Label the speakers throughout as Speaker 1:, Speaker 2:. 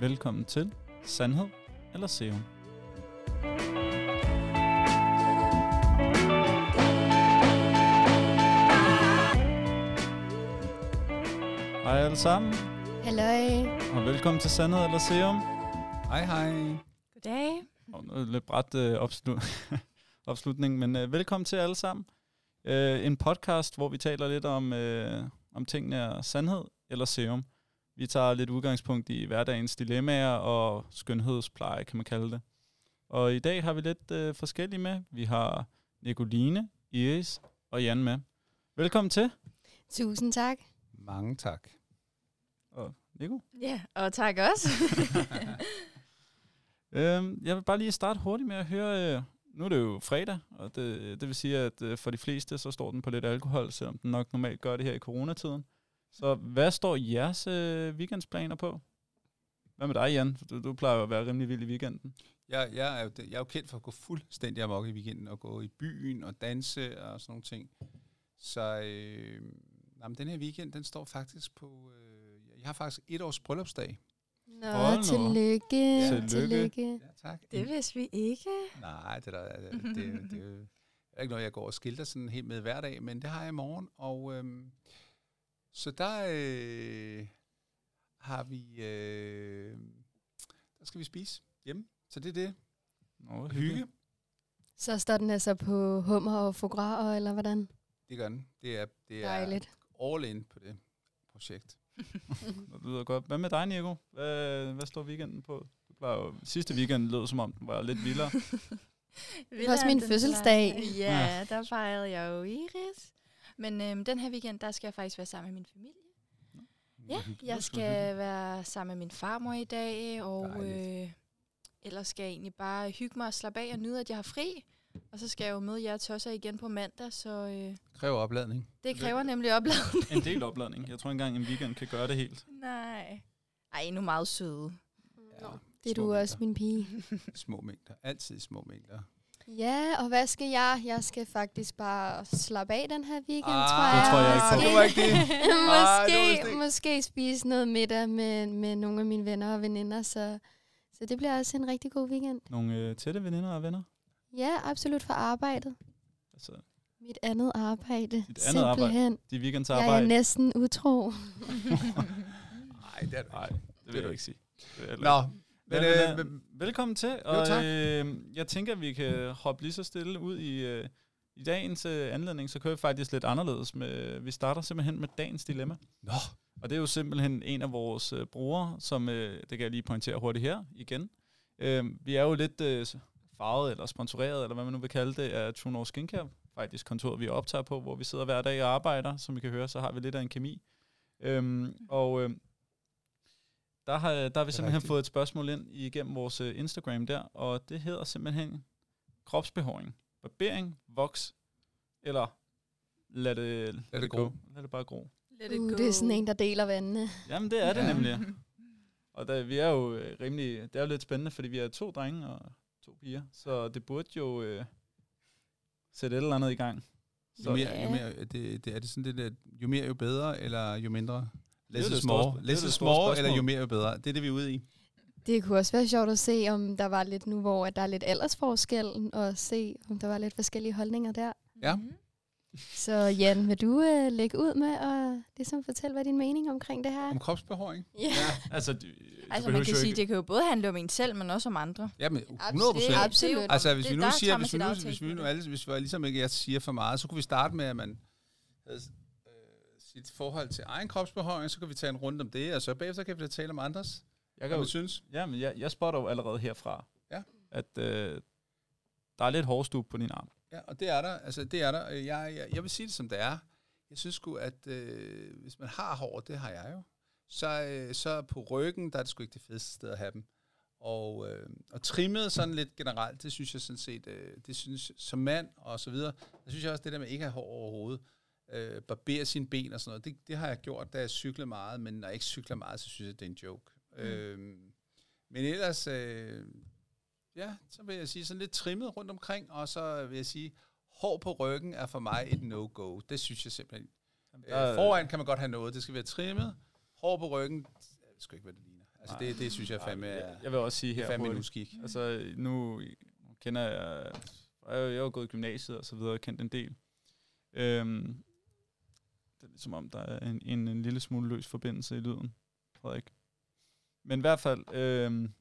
Speaker 1: lyttet til Sandhed eller Serum. Hej alle sammen,
Speaker 2: Halløj.
Speaker 1: og velkommen til Sandhed eller Serum.
Speaker 3: Hej hej.
Speaker 2: Goddag.
Speaker 1: Og noget lidt bræt øh, opslu- opslutning, men øh, velkommen til alle sammen. Øh, en podcast, hvor vi taler lidt om, øh, om tingene er sandhed eller serum. Vi tager lidt udgangspunkt i hverdagens dilemmaer og skønhedspleje, kan man kalde det. Og i dag har vi lidt øh, forskellige med. Vi har Nicoline, Iris og Jan med. Velkommen til.
Speaker 2: Tusind tak.
Speaker 3: Mange tak.
Speaker 1: Og Nico.
Speaker 4: Ja, og tak også.
Speaker 1: Øhm, jeg vil bare lige starte hurtigt med at høre, øh, nu er det jo fredag, og det, det vil sige, at øh, for de fleste, så står den på lidt alkohol, selvom den nok normalt gør det her i coronatiden. Så hvad står jeres øh, weekendsplaner på? Hvad med dig, Jan? Du, du plejer jo at være rimelig vild i weekenden.
Speaker 3: Jeg, jeg, er jo, jeg er jo kendt for at gå fuldstændig amok i weekenden, og gå i byen og danse og sådan nogle ting. Så øh, jamen, den her weekend, den står faktisk på... Øh, jeg har faktisk et års bryllupsdag.
Speaker 2: Nå,
Speaker 1: Hold nu op.
Speaker 2: tillykke.
Speaker 1: Ja.
Speaker 2: tillykke.
Speaker 1: Tillykke.
Speaker 2: tillykke.
Speaker 3: Ja, tak.
Speaker 4: Det vidste vi ikke.
Speaker 3: Nej, det er, der, det, det, det, det er ikke noget, jeg går og skilter sådan helt med hver dag, men det har jeg i morgen. Og øhm, så der øh, har vi... Øh, der skal vi spise hjemme. Så det er det.
Speaker 1: Nå,
Speaker 3: Og hygge.
Speaker 2: Så står den altså på hummer og fograrer, eller hvordan?
Speaker 3: Det gør den. Det er, det er
Speaker 2: Dejligt.
Speaker 3: all in på det projekt.
Speaker 1: Det lyder godt. Hvad med dig, Nico? Hvad, hvad står weekenden på? Du plejer jo, sidste weekend lød som om, den var lidt vildere.
Speaker 4: Det
Speaker 2: var også min fødselsdag.
Speaker 1: Ja.
Speaker 4: Ja,
Speaker 3: Ah.
Speaker 4: der fejrede jeg jo Iris. Men øhm, den her weekend, der skal jeg faktisk være sammen med min familie. Ja, jeg skal være sammen med min farmor i dag, og
Speaker 3: Dejligt.
Speaker 4: øh, ellers skal jeg egentlig bare hygge mig og slappe af og nyde, at jeg har fri. Og så skal jeg jo møde jer tosser igen på mandag, så øh,
Speaker 3: Kræver opladning.
Speaker 2: Mm.
Speaker 4: det kræver nemlig opladning.
Speaker 1: En del opladning. Jeg tror ikke engang, en weekend kan gøre det helt.
Speaker 4: Nej. Ej, nu meget søde.
Speaker 3: Ja,
Speaker 2: Det er
Speaker 3: små
Speaker 2: du
Speaker 3: mængder.
Speaker 2: også, min pige.
Speaker 3: Små mængder. Altid små mængder.
Speaker 2: Ja, og hvad skal jeg? Jeg skal faktisk bare slappe af den her weekend,
Speaker 3: Ah,
Speaker 2: tror
Speaker 3: det
Speaker 2: jeg.
Speaker 1: tror jeg ikke på.
Speaker 2: Måske-
Speaker 3: Det var ikke det. Ah, det var vist
Speaker 2: måske,
Speaker 3: ikke.
Speaker 2: måske spise noget middag med, med nogle af mine venner og veninder, så, så det bliver også en rigtig god weekend.
Speaker 1: Nogle øh, tætte veninder og venner?
Speaker 2: Ja, absolut for arbejdet.
Speaker 1: Altså,
Speaker 2: Mit andet arbejde.
Speaker 1: Dit andet arbejde.
Speaker 2: Simpelthen.
Speaker 1: de weekendsarbejde?
Speaker 2: Jeg er næsten utro.
Speaker 3: Nej, det er du
Speaker 1: Nej,
Speaker 3: ikke.
Speaker 1: det vil jeg ikke sige. Det vil jeg heller
Speaker 3: Nå,
Speaker 1: ikke.
Speaker 3: men,
Speaker 1: Men,
Speaker 3: øh,
Speaker 1: øh,
Speaker 3: men
Speaker 1: velkommen til, og
Speaker 3: tak.
Speaker 1: øh, jeg tænker, at vi kan hoppe lige så stille ud i, øh, i dagens øh, anledning, så kører vi faktisk lidt anderledes. Med, vi starter simpelthen med dagens dilemma.
Speaker 3: Nå.
Speaker 1: Og det er jo simpelthen en af vores øh, brugere, som, øh, det kan jeg lige pointere hurtigt her igen. Øh, vi er jo lidt øh, farvet eller sponsoreret, eller hvad man nu vil kalde det, af True North Skincare, faktisk kontoret, vi optager på, hvor vi sidder hver dag og arbejder. Som I kan høre, så har vi lidt af en kemi. Øhm, og øh, der har, der har vi simpelthen
Speaker 3: rigtigt.
Speaker 1: fået et spørgsmål ind igennem vores øh, Instagram der, og det hedder simpelthen kropsbehåring, barbering, voks, eller lad det, lad
Speaker 3: det gro.
Speaker 1: Lad det bare gro.
Speaker 4: Let
Speaker 2: Uh, det er sådan en, der deler vandene.
Speaker 1: Jamen, det er det
Speaker 3: Ja.
Speaker 1: nemlig. Og der, vi er jo øh, rimelig... Det er jo lidt spændende, fordi vi er to drenge og to piger, så det burde jo øh, sætte et eller andet i gang.
Speaker 3: jo
Speaker 1: Så,
Speaker 3: mere, jo mere, det, det, er det sådan det der, jo mere jo bedre, eller jo mindre? Less
Speaker 1: det
Speaker 3: is
Speaker 1: store sp-
Speaker 3: more.
Speaker 1: det er
Speaker 3: Less
Speaker 1: det
Speaker 3: is
Speaker 1: store
Speaker 3: more,
Speaker 1: spørgsmål.
Speaker 3: eller jo mere jo bedre. Det er det, vi er ude i.
Speaker 2: Det kunne også være sjovt at se, om der var lidt nu, hvor at der er lidt aldersforskel, og se, om der var lidt forskellige holdninger der.
Speaker 3: Ja.
Speaker 4: Mhm.
Speaker 2: Så Jan, vil du øh, lægge ud med at ligesom fortælle, hvad din mening omkring det her?
Speaker 3: Om kropsbehåring.
Speaker 2: Ja,
Speaker 1: altså, du,
Speaker 4: Altså, man kan sige, det kan jo både handle om en selv, men også om andre.
Speaker 3: Jamen, 100 procent.
Speaker 2: Absolut. Absolut.
Speaker 3: Altså, hvis
Speaker 4: Det-
Speaker 3: vi nu
Speaker 4: der
Speaker 3: siger,
Speaker 4: tager man
Speaker 3: hvis vi
Speaker 4: sit
Speaker 3: nu,
Speaker 4: outtake
Speaker 3: hvis vi
Speaker 4: på
Speaker 3: nu
Speaker 4: det.
Speaker 3: alle, hvis vi ligesom ikke jeg siger for meget, så kunne vi starte med, at man havde øh, sit forhold til egen kropsbehøjning, så kan vi tage en runde om det, og så bagefter kan vi da tale om andres,
Speaker 1: jeg
Speaker 3: hvad
Speaker 1: kan jo,
Speaker 3: vi synes.
Speaker 1: jamen, jeg, jeg spotter jo allerede herfra,
Speaker 3: Ja.
Speaker 1: at øh, der er lidt hårdstub på din arm.
Speaker 3: Ja, og det er der. Altså, det er der. Øh, Jeg, jeg, jeg vil sige det, som det er. Jeg synes sgu, at øh, hvis man har hår, det har jeg jo, så, øh, så på ryggen, der er det sgu ikke det fedeste sted at have dem. Og, øh, og trimmet sådan lidt generelt, det synes jeg sådan set, øh, det synes som mand og så videre, der synes jeg også det der med ikke at have hår overhovedet, øh, barbere sine ben og sådan noget, det, det har jeg gjort, da jeg cyklede meget, men når jeg ikke cykler meget, så synes jeg, det er en joke. Mm. Øh, men ellers, øh, ja, så vil jeg sige sådan lidt trimmet rundt omkring, og så vil jeg sige, hår på ryggen er for mig et no-go. Det synes jeg simpelthen. Øh,
Speaker 1: der er-
Speaker 3: foran kan man godt have noget, det skal være trimmet. Hår på ryggen, jeg ved sgu ikke, hvad det ligner. Altså, det, det synes jeg fandme er
Speaker 1: Jeg vil også sige her
Speaker 3: fandme
Speaker 1: på
Speaker 3: en uskik.
Speaker 1: Altså, nu kender jeg... Jeg jeg har jo gået i gymnasiet og så videre, og kendt en del. Øhm, det er ligesom om, der er en, en, en lille smule løs forbindelse i lyden, Frederik. Men i hvert fald, øhm,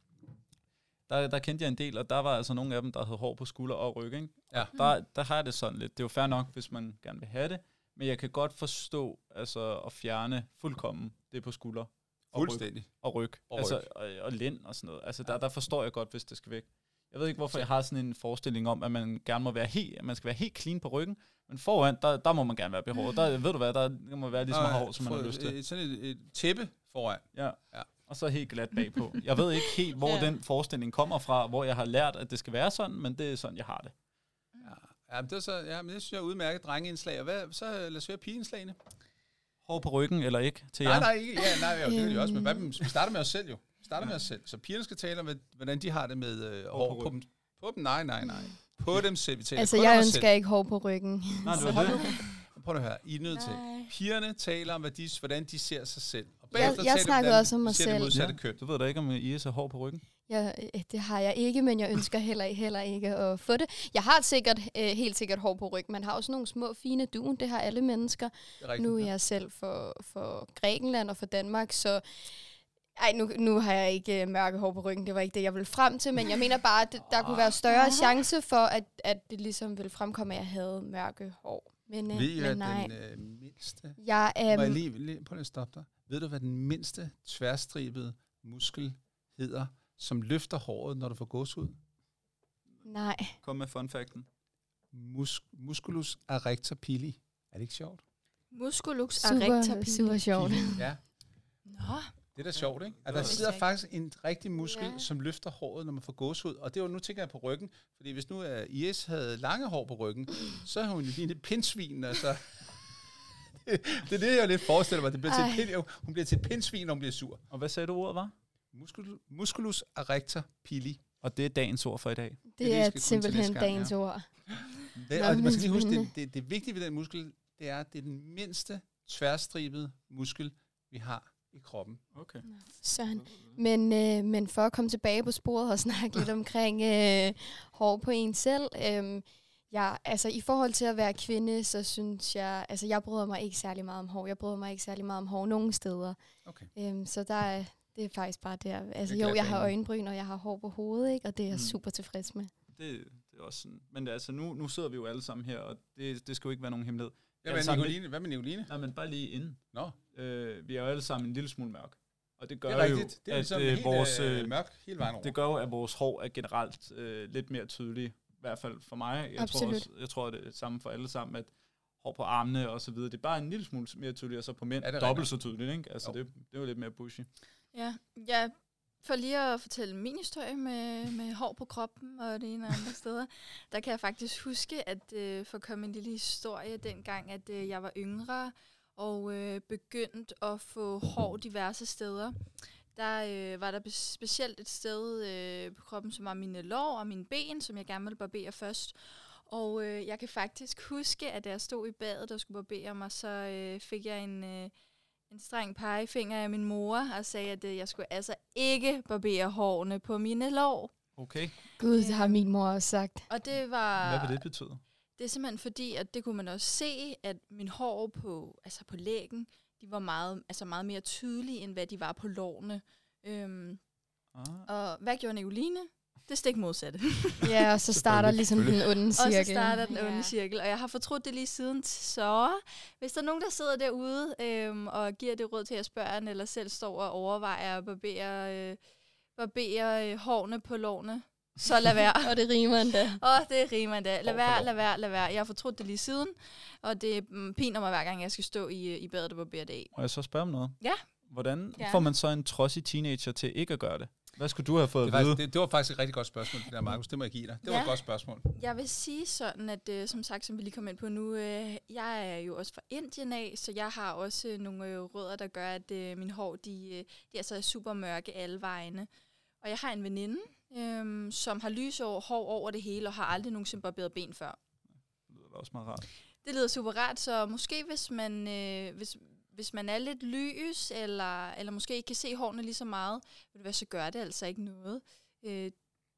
Speaker 1: der, der kendte jeg en del, og der var altså nogle af dem, der havde hår på skulder og ryg, ikke?
Speaker 3: Ja.
Speaker 4: Mhm.
Speaker 1: Og Der, der har jeg det sådan lidt. Det er jo fair nok, hvis man gerne vil have det, men jeg kan godt forstå altså, at fjerne fuldkommen det på skulder og ryg
Speaker 3: Fuldstændig.
Speaker 1: og ryg,
Speaker 3: Og
Speaker 1: og, altså,
Speaker 3: ryg.
Speaker 1: og, og lænd og sådan noget. Altså, der, der forstår jeg godt, hvis det skal væk. Jeg ved ikke, hvorfor jeg har sådan en forestilling om, at man gerne må være helt, at man skal være helt clean på ryggen, men foran, der, der må man gerne være behåret. Der, ved du hvad, der må være lige så meget hår, som man har lyst til.
Speaker 3: til. Sådan et, et tæppe foran.
Speaker 1: Ja.
Speaker 3: øh, Ja.
Speaker 1: Og så helt glat bagpå. Jeg ved ikke helt, hvor
Speaker 2: Ja.
Speaker 1: den forestilling kommer fra, hvor jeg har lært, at det skal være sådan, men det er sådan, jeg har det.
Speaker 3: Ja, ja men det, er så, ja, men det synes jeg er udmærket drengeindslag. Og hvad, så øh, lad os høre pigeindslagene.
Speaker 1: Hår på ryggen eller ikke til
Speaker 3: Ja. Nej,
Speaker 1: jer?
Speaker 3: nej, ikke. Ja, nej, jo, det vil jeg også. Men hvad,
Speaker 2: Øhm.
Speaker 3: med- vi starter med os selv jo. Vi starter med os selv. Så pigerne skal tale om, hvad- hvordan de har det med øh, hår på,
Speaker 1: på
Speaker 3: dem. På dem? Nej, nej, nej. På dem selv. Vi taler
Speaker 2: Altså,
Speaker 3: kun om
Speaker 2: jeg
Speaker 3: os
Speaker 2: ønsker ikke hår på ryggen.
Speaker 1: Nej,
Speaker 3: selv.
Speaker 1: det var
Speaker 3: Hold
Speaker 1: det.
Speaker 3: nu. Prøv at høre. I er nødt til.
Speaker 4: Nej.
Speaker 3: Pigerne taler om, hvad de, hvordan de ser sig selv. Og
Speaker 2: Jeg- jeg snakkede også om mig selv.
Speaker 3: Modsatte ja. køn.
Speaker 1: Du ved da ikke, om Iris har hår på ryggen?
Speaker 2: Jeg, øh, det har jeg ikke, men jeg ønsker heller, heller ikke at få det. Jeg har sikkert, øh, helt sikkert hår på ryggen. Man har også nogle små, fine duen. Det har alle mennesker.
Speaker 3: Det er rigtigt.
Speaker 2: Nu er jeg selv for, for Grækenland og for Danmark, så... Ej, nu, nu har jeg ikke øh, mørke hår på ryggen. Det var ikke det, jeg ville frem til. Men jeg mener bare, at der kunne være større chance for, at, at det ligesom ville fremkomme, at jeg havde mørke hår. Men, øh,
Speaker 3: Ved I, hvad
Speaker 2: men nej.
Speaker 3: den øh, mindste...
Speaker 2: Jeg,
Speaker 3: Må jeg
Speaker 2: øhm,
Speaker 3: lige, lige, prøv lige at stoppe dig. Ved du, hvad den mindste tværstribede muskel hedder, som løfter håret, når du får gåsehud?
Speaker 2: nej.
Speaker 1: Kom med fun facten.
Speaker 3: Mus- musculus erector pili. Er det ikke sjovt?
Speaker 4: Musculux erector
Speaker 2: Super,
Speaker 4: pili.
Speaker 2: super sjovt.
Speaker 3: Ja,
Speaker 4: Nå,
Speaker 3: det er da sjovt, ikke? At der
Speaker 1: Det
Speaker 4: vidste
Speaker 3: sidder
Speaker 4: jeg ikke.
Speaker 3: faktisk en rigtig muskel, ja.
Speaker 4: Ja.
Speaker 3: som løfter håret, når man får gåsehud. Og det var, nu tænker jeg på ryggen, fordi hvis nu uh, Iris havde lange hår på ryggen, så havde hun jo lige et pindsvin, altså. det, det er det, jeg lidt forestiller mig. Det bliver til et
Speaker 2: Ej.
Speaker 3: pind, hun bliver til et pindsvin, og hun bliver sur.
Speaker 1: Og hvad sagde du ordet var?
Speaker 3: Muscul- musculus erector pili.
Speaker 1: Og det er dagens ord for i dag.
Speaker 3: det,
Speaker 2: Det
Speaker 3: vi
Speaker 2: er
Speaker 3: skal kun til
Speaker 2: simpelthen
Speaker 3: næste gang, ja.
Speaker 2: dagens ord.
Speaker 3: Det,
Speaker 2: Nå,
Speaker 3: og man
Speaker 2: men
Speaker 3: skal lige huske, det,
Speaker 2: spændende.
Speaker 3: det, det vigtige ved den muskel, det er, at det er den mindste tværstribede muskel, vi har i kroppen.
Speaker 1: Okay.
Speaker 2: Søren. Men, øh, men for at komme tilbage på sporet og snakke lidt omkring øh, hår på en selv. Øh, ja, altså i forhold til at være kvinde, så synes jeg, altså jeg bryder mig ikke særlig meget om hår. Jeg bryder mig ikke særlig meget om hår nogen steder.
Speaker 3: Okay.
Speaker 2: Øh, så der er, det er faktisk bare der. Altså
Speaker 3: glat
Speaker 2: jo, jeg har
Speaker 3: bane.
Speaker 2: øjenbryn, og jeg har hår på hovedet, ikke? og det er jeg
Speaker 1: Mm.
Speaker 2: super tilfreds med.
Speaker 1: Det, det er også sådan. Men altså, nu, nu sidder vi jo alle sammen her, og det, det skal jo ikke være nogen hemmelighed.
Speaker 3: Hvad
Speaker 1: Alle
Speaker 3: med,
Speaker 1: sammen
Speaker 3: Nicoline? Hvad med Nicoline?
Speaker 1: Nej, men bare lige inden.
Speaker 3: Nå.
Speaker 1: Øh, vi er jo alle sammen en lille smule mørk. Og det gør
Speaker 3: Det er
Speaker 1: jo,
Speaker 3: rigtigt. Det er
Speaker 1: at
Speaker 3: ligesom
Speaker 1: øh,
Speaker 3: helt
Speaker 1: vores,
Speaker 3: vores,
Speaker 1: øh,
Speaker 3: mørk hele vejen over.
Speaker 1: det gør jo, at vores hår er generelt øh, lidt mere tydelige. I hvert fald for mig. Jeg tror,
Speaker 2: Absolut.
Speaker 1: også, jeg tror, det er det samme for alle sammen, at hår på armene og så videre, det er bare en lille smule mere tydeligt, og så på mænd
Speaker 3: Ja, det er
Speaker 1: dobbelt
Speaker 3: rigtigt.
Speaker 1: så tydeligt, ikke? Altså,
Speaker 3: Jo.
Speaker 1: det, det er jo lidt mere bushy.
Speaker 4: Ja, ja, for lige at fortælle min historie med, med hår på kroppen og det ene og andre steder, der kan jeg faktisk huske, at øh, for at komme en lille historie dengang, at øh, jeg var yngre og øh, begyndte at få hår diverse steder. Der øh, var der bes- specielt et sted øh, på kroppen, som var mine lår og mine ben, som jeg gerne ville barbere først. Og øh, jeg kan faktisk huske, at da jeg stod i badet og skulle barbere mig, så øh, fik jeg en... Øh, en streng pegefinger af min mor og sagde, at øh, jeg skulle altså ikke barbere hårene på mine lår.
Speaker 1: Okay.
Speaker 2: Gud, det har min mor også sagt.
Speaker 4: Og det
Speaker 1: Hvad
Speaker 4: var...
Speaker 1: vil det betyde?
Speaker 4: Det er simpelthen fordi, at det kunne man også se, at min hår på, altså på lægen, de var meget, altså meget mere tydelige, end hvad de var på lårene. Øhm,
Speaker 1: Ah.
Speaker 4: og hvad gjorde Nicoline? Det stik modsatte.
Speaker 2: Ja, og så starter ligesom den onde
Speaker 4: Og
Speaker 2: cirkel.
Speaker 4: så starter den
Speaker 2: Ja.
Speaker 4: onde cirkel, og jeg har fortrudt det lige siden. Så hvis der er nogen, der sidder derude øhm, og giver det råd til jeres børn, eller selv står og overvejer at barbere, øh, barbere øh, hårene på lårene, så lad være.
Speaker 2: Og det rimer endda.
Speaker 4: Åh, det rimer endda.
Speaker 1: Hår
Speaker 4: Lad
Speaker 1: på
Speaker 4: være,
Speaker 1: lår.
Speaker 4: lad være, lad være. Jeg har fortrudt det lige siden, og det mm, piner mig hver gang, jeg skal stå i, øh, i badet og barbere det af.
Speaker 1: Må jeg så spørge om noget?
Speaker 4: Ja.
Speaker 1: Hvordan
Speaker 4: Gerne.
Speaker 1: får man så en trodsig teenager til ikke at gøre det? Hvad skulle du have fået
Speaker 3: det,
Speaker 1: at
Speaker 3: var,
Speaker 1: vide?
Speaker 3: det, det var faktisk et rigtig godt spørgsmål, det der, Markus. Det må jeg give dig. Det var
Speaker 4: Ja.
Speaker 3: et godt spørgsmål.
Speaker 4: Jeg vil sige sådan, at øh, som sagt, som vi lige kom ind på nu, øh, jeg er jo også fra Indien af, så jeg har også øh, nogle øh, rødder, der gør, at øh, mine hår, de, øh, de er så super mørke alle vegne. Og jeg har en veninde, øh, som har lys over, hår over det hele, og har aldrig nogensinde barberet ben før.
Speaker 1: Det lyder da også meget rart.
Speaker 4: Det lyder super rart, så måske hvis man, øh, hvis, hvis man er lidt lys, eller, eller måske ikke kan se hårene lige så meget, ved du hvad, så gør det altså ikke noget. Øh,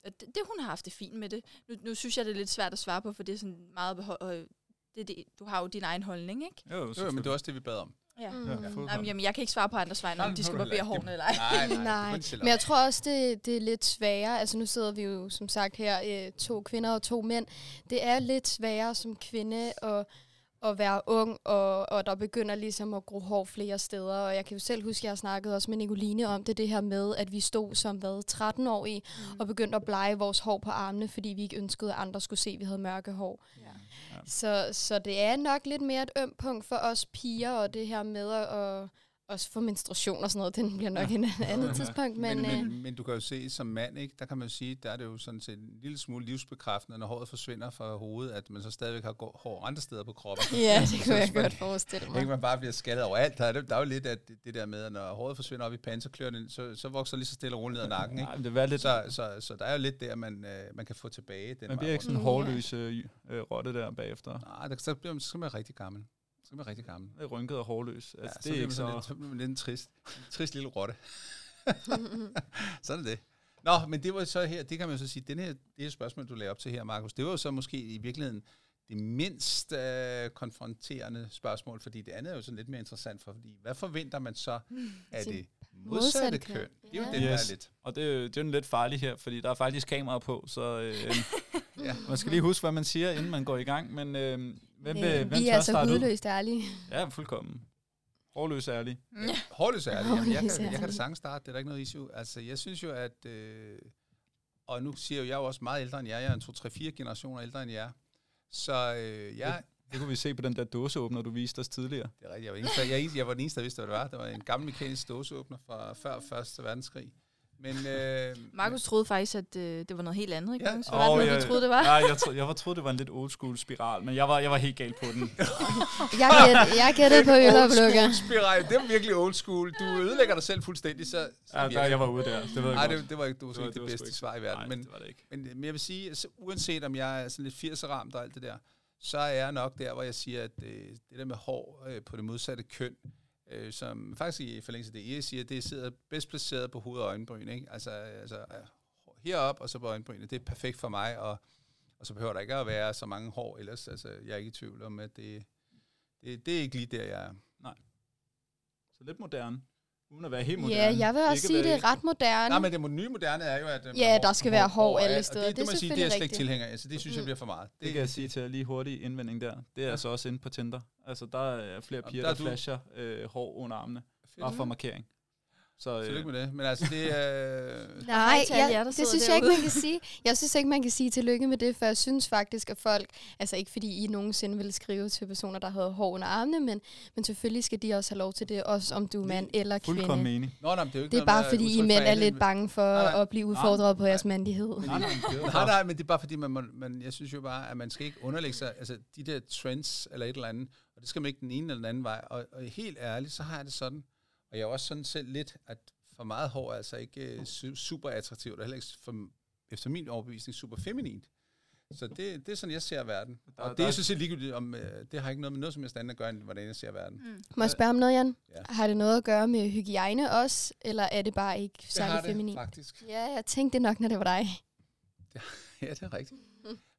Speaker 4: og det, det, hun har haft det fint med det. Nu, nu synes jeg, det er lidt svært at svare på, for det er sådan meget... Beho- øh, det, er det, du har jo din egen holdning, ikke?
Speaker 1: Jo,
Speaker 3: Jo, jo, men det var også det, vi bad om.
Speaker 4: Ja.
Speaker 2: Mm.
Speaker 1: Ja,
Speaker 2: Ja.
Speaker 1: fodbold.
Speaker 4: Jamen, jamen, jeg kan ikke svare på andres vegne, om
Speaker 3: Nej,
Speaker 4: de skal
Speaker 3: men det
Speaker 4: barbere
Speaker 3: er heller
Speaker 4: hårene eller
Speaker 3: Nej,
Speaker 4: ej.
Speaker 3: nej,
Speaker 2: Nej,
Speaker 3: nej.
Speaker 2: Men jeg tror også, det, det er lidt sværere. Altså nu sidder vi jo som sagt her, øh, to kvinder og to mænd. Det er lidt sværere som kvinde at, at være ung, og, og der begynder ligesom at gro hår flere steder. Og jeg kan jo selv huske, at jeg snakkede også med Nicoline om det, det her med, at vi stod som hvad, 13-årige
Speaker 4: Mm.
Speaker 2: og begyndte at blege vores hår på armene, fordi vi ikke ønskede, at andre skulle se, at vi havde mørke hår.
Speaker 4: Ja.
Speaker 2: Så, så det er nok lidt mere et ømt punkt for os piger, og det her med at at- også få menstruation og sådan noget, den bliver nok ja. en andet tidspunkt. Men,
Speaker 3: Men,
Speaker 2: øh,
Speaker 3: men, men du kan jo se som mand, ikke? der kan man jo sige, der er det jo sådan set en lille smule livsbekræftende, når håret forsvinder fra hovedet, at man så stadigvæk har gå- hår andre steder på kroppen.
Speaker 2: ja, det kunne
Speaker 3: Så
Speaker 2: jeg
Speaker 3: man-
Speaker 2: godt forestille mig.
Speaker 3: Ikke man bare bliver skaldet overalt. Der er, det, der er jo lidt at det, det der med, at når håret forsvinder op i panden, så, klør det, så, så vokser det lige så stille og roligt ned ad nakken. Ikke?
Speaker 1: Nej, men det var lidt...
Speaker 3: Så, så, så der er jo lidt der, man, øh, man kan få tilbage. Den
Speaker 1: man
Speaker 3: vej
Speaker 1: bliver ikke
Speaker 3: rundt.
Speaker 1: sådan en hårløs
Speaker 2: Mm, ja.
Speaker 1: øh, øh, rotte der bagefter.
Speaker 3: Nej, Ah, der, så, bliver man, så skal man være rigtig gammel. Så skal man være rigtig gammel.
Speaker 1: Det er rynket og hårløs.
Speaker 3: Ja,
Speaker 1: Altså,
Speaker 3: så,
Speaker 1: ja, det er
Speaker 3: bliver man
Speaker 1: ikke
Speaker 3: sådan lidt,
Speaker 1: så...
Speaker 3: så bliver man lidt en trist, en trist lille rotte.
Speaker 2: Mm,
Speaker 3: Sådan er det. Nå, men det var så her, det kan man så sige, den her, det her spørgsmål, du lagde op til her, Markus, det var jo så måske i virkeligheden det mindst øh, konfronterende spørgsmål, fordi det andet er jo sådan lidt mere interessant, for, fordi hvad forventer man så af
Speaker 2: Til
Speaker 3: det modsatte
Speaker 2: modsatte
Speaker 3: køn?
Speaker 2: køn.
Speaker 3: Det er jo
Speaker 2: Ja.
Speaker 3: det, der er
Speaker 1: Yes.
Speaker 3: lidt.
Speaker 1: Og det, er jo- det er jo lidt farligt her, fordi der er faktisk kamera på, så øh,
Speaker 3: Ja.
Speaker 1: man skal lige huske, hvad man siger, inden man går i gang. Men øh, hvem,
Speaker 2: Men,
Speaker 1: vil, hvem
Speaker 2: vi
Speaker 1: tør
Speaker 2: er altså
Speaker 1: starte ud?
Speaker 2: hudløst ærlige.
Speaker 1: Ja, fuldkommen. Hårløs ærlig.
Speaker 4: Ja.
Speaker 3: Hårløs er det. Jamen, jeg,
Speaker 2: Hårløs
Speaker 3: kan,
Speaker 2: er
Speaker 3: jeg kan da
Speaker 2: det.
Speaker 3: sagtens starte, det er der ikke noget issue. Altså, jeg synes jo, at... Øh, og nu siger jo, jeg er jo også meget ældre end jer. Jeg er en 2-3-4 generationer ældre end jer. Så øh, jeg,
Speaker 1: Det kunne vi se på den der dåseåbner, du viste os tidligere.
Speaker 3: Det er rigtigt. Jeg var, den eneste, jeg, jeg var den eneste, der vidste, hvad det var. Det var en gammel mekanisk dåseåbner fra før Første Verdenskrig. Men, øh,
Speaker 4: Markus troede faktisk, at øh, det var noget helt andet, ikke?
Speaker 3: Ja.
Speaker 4: Ja. Så
Speaker 1: Åh,
Speaker 4: var det noget,
Speaker 1: ja,
Speaker 4: du
Speaker 1: ja.
Speaker 4: troede, det var?
Speaker 1: Nej, jeg, tro, jeg var troede, det var en lidt old school spiral, men jeg var, jeg var helt gal på den.
Speaker 2: Jeg gæt- jeg gætter på
Speaker 3: men,
Speaker 2: øl og
Speaker 3: old
Speaker 2: blukker.
Speaker 3: school spiral, det var virkelig old school. Du ødelægger dig selv fuldstændig, så... så
Speaker 1: Ja, der,
Speaker 3: virker
Speaker 1: jeg var ude der. Det ved jeg
Speaker 3: Nej,
Speaker 1: godt.
Speaker 3: det, det var ikke, du var så
Speaker 1: Det var-
Speaker 3: ikke
Speaker 1: det
Speaker 3: det,
Speaker 1: var sgu
Speaker 3: bedste
Speaker 1: ikke.
Speaker 3: svar i verden.
Speaker 1: Nej,
Speaker 3: men,
Speaker 1: det var det ikke.
Speaker 3: men, men jeg vil sige, altså, uanset om jeg er sådan lidt 80'er-ramt og alt det der, så er jeg nok der, hvor jeg siger, at øh, det der med hår øh, på det modsatte køn, øh, som faktisk i forlængelse af det, Iris siger, det sidder bedst placeret på hoved og øjenbryn. Ikke? Altså, øh, altså øh, herop og så på øjenbrynene. Det er perfekt for mig, og, og så behøver der ikke at være så mange hår ellers. Altså, jeg er ikke i tvivl om, at det, det, det er ikke lige der, jeg er.
Speaker 1: Så lidt moderne. Uden at være helt moderne.
Speaker 2: Ja, jeg vil også
Speaker 1: Ikke
Speaker 2: sige,
Speaker 1: være
Speaker 2: det
Speaker 1: helt-
Speaker 2: er ret moderne.
Speaker 3: Nej, men det mo- nye moderne er jo, at... øh,
Speaker 2: Ja,
Speaker 3: hår-
Speaker 2: der skal være hår alle
Speaker 3: og alt, og
Speaker 2: steder.
Speaker 3: Det, det,
Speaker 2: Det er
Speaker 3: må jeg sige, det er jeg slet ikke
Speaker 2: selvfølgelig
Speaker 3: tilhænger af, så det synes jeg
Speaker 2: Mm.
Speaker 3: bliver for meget.
Speaker 1: Det kan jeg sige til jer lige hurtig indvending der. Det er altså også inde på Tinder. Altså, der er flere
Speaker 3: Jamen,
Speaker 1: piger,
Speaker 3: der
Speaker 1: der,
Speaker 3: er
Speaker 1: der
Speaker 3: du.
Speaker 1: flasher øh, hår under armene. Bare for markering. Så, øh,
Speaker 3: Tillykke med det. Men altså, det øh,
Speaker 2: Nej,
Speaker 4: Hej til alle jer,
Speaker 2: jeg,
Speaker 4: der
Speaker 2: det
Speaker 4: sidder
Speaker 2: synes jeg ikke,
Speaker 4: derude.
Speaker 2: man kan sige. Jeg synes ikke, man kan sige tillykke med det, for jeg synes faktisk, at folk, altså ikke fordi I nogensinde ville skrive til personer, der havde hår under armene, men, men selvfølgelig skal de også have lov til det, også om du er mand eller
Speaker 1: fuldkommen
Speaker 2: kvinde.
Speaker 1: mening.
Speaker 3: Nå, nej, men det er jo ikke
Speaker 2: Det er
Speaker 3: noget
Speaker 2: bare
Speaker 3: med at
Speaker 2: fordi, I
Speaker 3: udtrykke
Speaker 2: mænd
Speaker 3: for
Speaker 2: er
Speaker 3: alle.
Speaker 2: lidt bange for
Speaker 3: Nej, nej. Øh,
Speaker 2: at blive udfordret på jeres mandighed.
Speaker 3: Men-
Speaker 1: Nej, nej, men det er jo
Speaker 3: Nej,
Speaker 1: bare-
Speaker 3: nej, men det er bare fordi, man, må, man, jeg synes jo bare, at man skal ikke underlægge sig, altså de der trends eller et eller andet, og det skal man ikke den ene eller den anden vej. Og, og helt ærligt, så har jeg det sådan, og jeg er også sådan selv lidt, at for meget hår er altså ikke øh, su- super attraktivt, og heller ikke for, efter min overbevisning super feminint. Så det, det er sådan, jeg ser verden.
Speaker 1: Der-
Speaker 3: og det
Speaker 1: der-
Speaker 3: der, er sådan set ligegyldigt om, øh, det har ikke noget med noget som helst andet at gøre, end hvordan jeg ser verden.
Speaker 4: Mm.
Speaker 2: Må jeg spørge om noget, Jan?
Speaker 3: Ja.
Speaker 2: Har det noget at gøre med hygiejne også, eller er det bare ikke
Speaker 3: Det har
Speaker 2: særlig
Speaker 3: det
Speaker 2: feminin?
Speaker 3: faktisk.
Speaker 2: Ja, jeg tænkte det nok, når det var dig.
Speaker 3: Ja, det er rigtigt.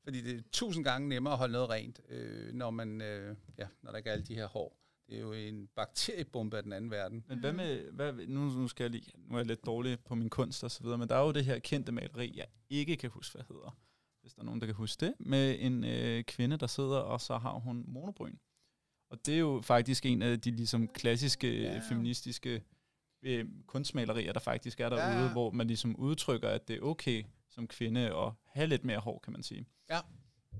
Speaker 3: Fordi det er tusind gange nemmere at holde noget rent, øh, når, man, øh, ja, når der ikke er alle de her hår. Det er jo en bakteriebombe af den anden verden.
Speaker 1: Men
Speaker 4: Mm.
Speaker 1: hvad med, hvad, nu, nu, skal jeg lige, nu er jeg lidt dårlig på min kunst og så videre, men der er jo det her kendte maleri, jeg ikke kan huske, hvad hedder, hvis der er nogen, der kan huske det, med en øh, kvinde, der sidder, og så har hun monobryn. Og det er jo faktisk en af de ligesom klassiske
Speaker 3: Ja.
Speaker 1: ja. feministiske øh, kunstmalerier, der faktisk er derude,
Speaker 3: Ja, ja.
Speaker 1: ja. hvor man ligesom udtrykker, at det er okay som kvinde at have lidt mere hår, kan man sige.